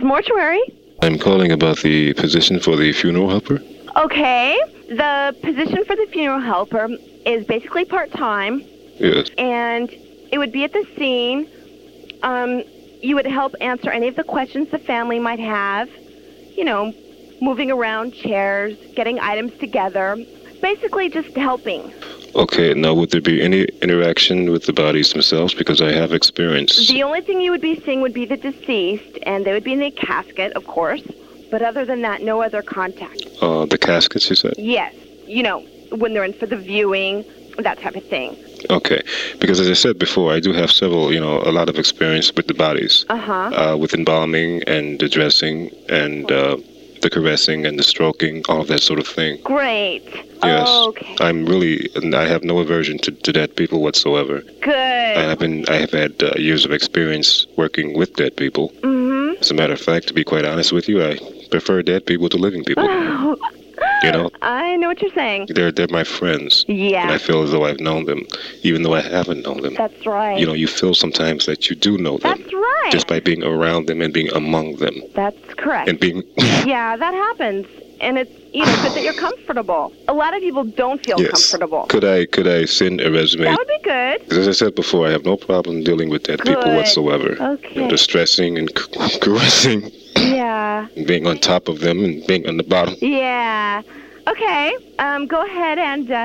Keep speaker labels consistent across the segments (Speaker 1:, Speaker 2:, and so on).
Speaker 1: mortuary.
Speaker 2: I'm calling about the position for the funeral helper.
Speaker 1: Okay. The position for the funeral helper is basically part time,
Speaker 2: Yes.
Speaker 1: and it would be at the scene. Um, you would help answer any of the questions the family might have. You know, moving around chairs, getting items together. Basically, just helping.
Speaker 2: Okay, now would there be any interaction with the bodies themselves? Because I have experience.
Speaker 1: The only thing you would be seeing would be the deceased, and they would be in the casket, of course. But other than that, no other contact.
Speaker 2: uh, the caskets, you said?
Speaker 1: Yes, you know, when they're in for the viewing, that type of thing.
Speaker 2: Okay. Because as I said before, I do have several, you know, a lot of experience with the bodies,
Speaker 1: Uh huh.
Speaker 2: uh, with embalming and the dressing and uh, the caressing and the stroking, all of that sort of thing.
Speaker 1: Great.
Speaker 2: Yes.
Speaker 1: Okay.
Speaker 2: I'm really, and I have no aversion to, to dead people whatsoever. And
Speaker 1: Good.
Speaker 2: I've been, I have had uh, years of experience working with dead people.
Speaker 1: Mm
Speaker 2: As a matter of fact, to be quite honest with you, I prefer dead people to living people.
Speaker 1: hmm.
Speaker 2: You know,
Speaker 1: I know what you're saying.
Speaker 2: they're they're my friends, and I
Speaker 1: Yeah,
Speaker 2: feel as though I've known them, even though I haven't known them.
Speaker 1: that's right.
Speaker 2: You know, you feel sometimes that you do know them
Speaker 1: that's right.
Speaker 2: just by being around them and being among them
Speaker 1: that's correct.
Speaker 2: and being.
Speaker 1: yeah, that happens. And it's, you know, good that you're comfortable. A lot of people don't feel
Speaker 2: Yes.
Speaker 1: comfortable.
Speaker 2: Could I could I send a resume?
Speaker 1: That would be good.
Speaker 2: 'Cause As I said before, I have no problem dealing with dead people
Speaker 1: Good.
Speaker 2: whatsoever. You know,
Speaker 1: Okay.
Speaker 2: the stressing and c- caressing,
Speaker 1: Yeah.
Speaker 2: and being on top of them and being on the bottom.
Speaker 1: Yeah. Okay. Um, go ahead and uh,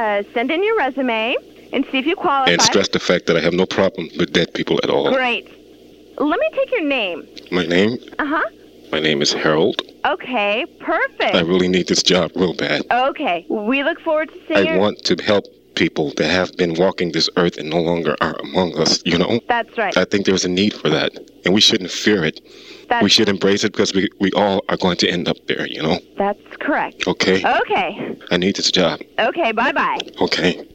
Speaker 1: uh, send in your resume and see if you qualify.
Speaker 2: And stress the fact that I have no problem with dead people at all.
Speaker 1: Great. Let me take your name.
Speaker 2: My name,
Speaker 1: Uh huh.
Speaker 2: my name is Harold.
Speaker 1: Okay. Perfect.
Speaker 2: I really need this job real bad.
Speaker 1: Okay. We look forward to seeing
Speaker 2: I
Speaker 1: you.
Speaker 2: want to help people that have been walking this earth and no longer are among us, you know?
Speaker 1: That's right.
Speaker 2: I think there's a need for that. And we shouldn't fear it.
Speaker 1: That's,
Speaker 2: We should embrace it because we, we all are going to end up there, you know?
Speaker 1: that's correct.
Speaker 2: Okay?
Speaker 1: Okay.
Speaker 2: I need this job.
Speaker 1: Okay. Bye bye.
Speaker 2: Okay?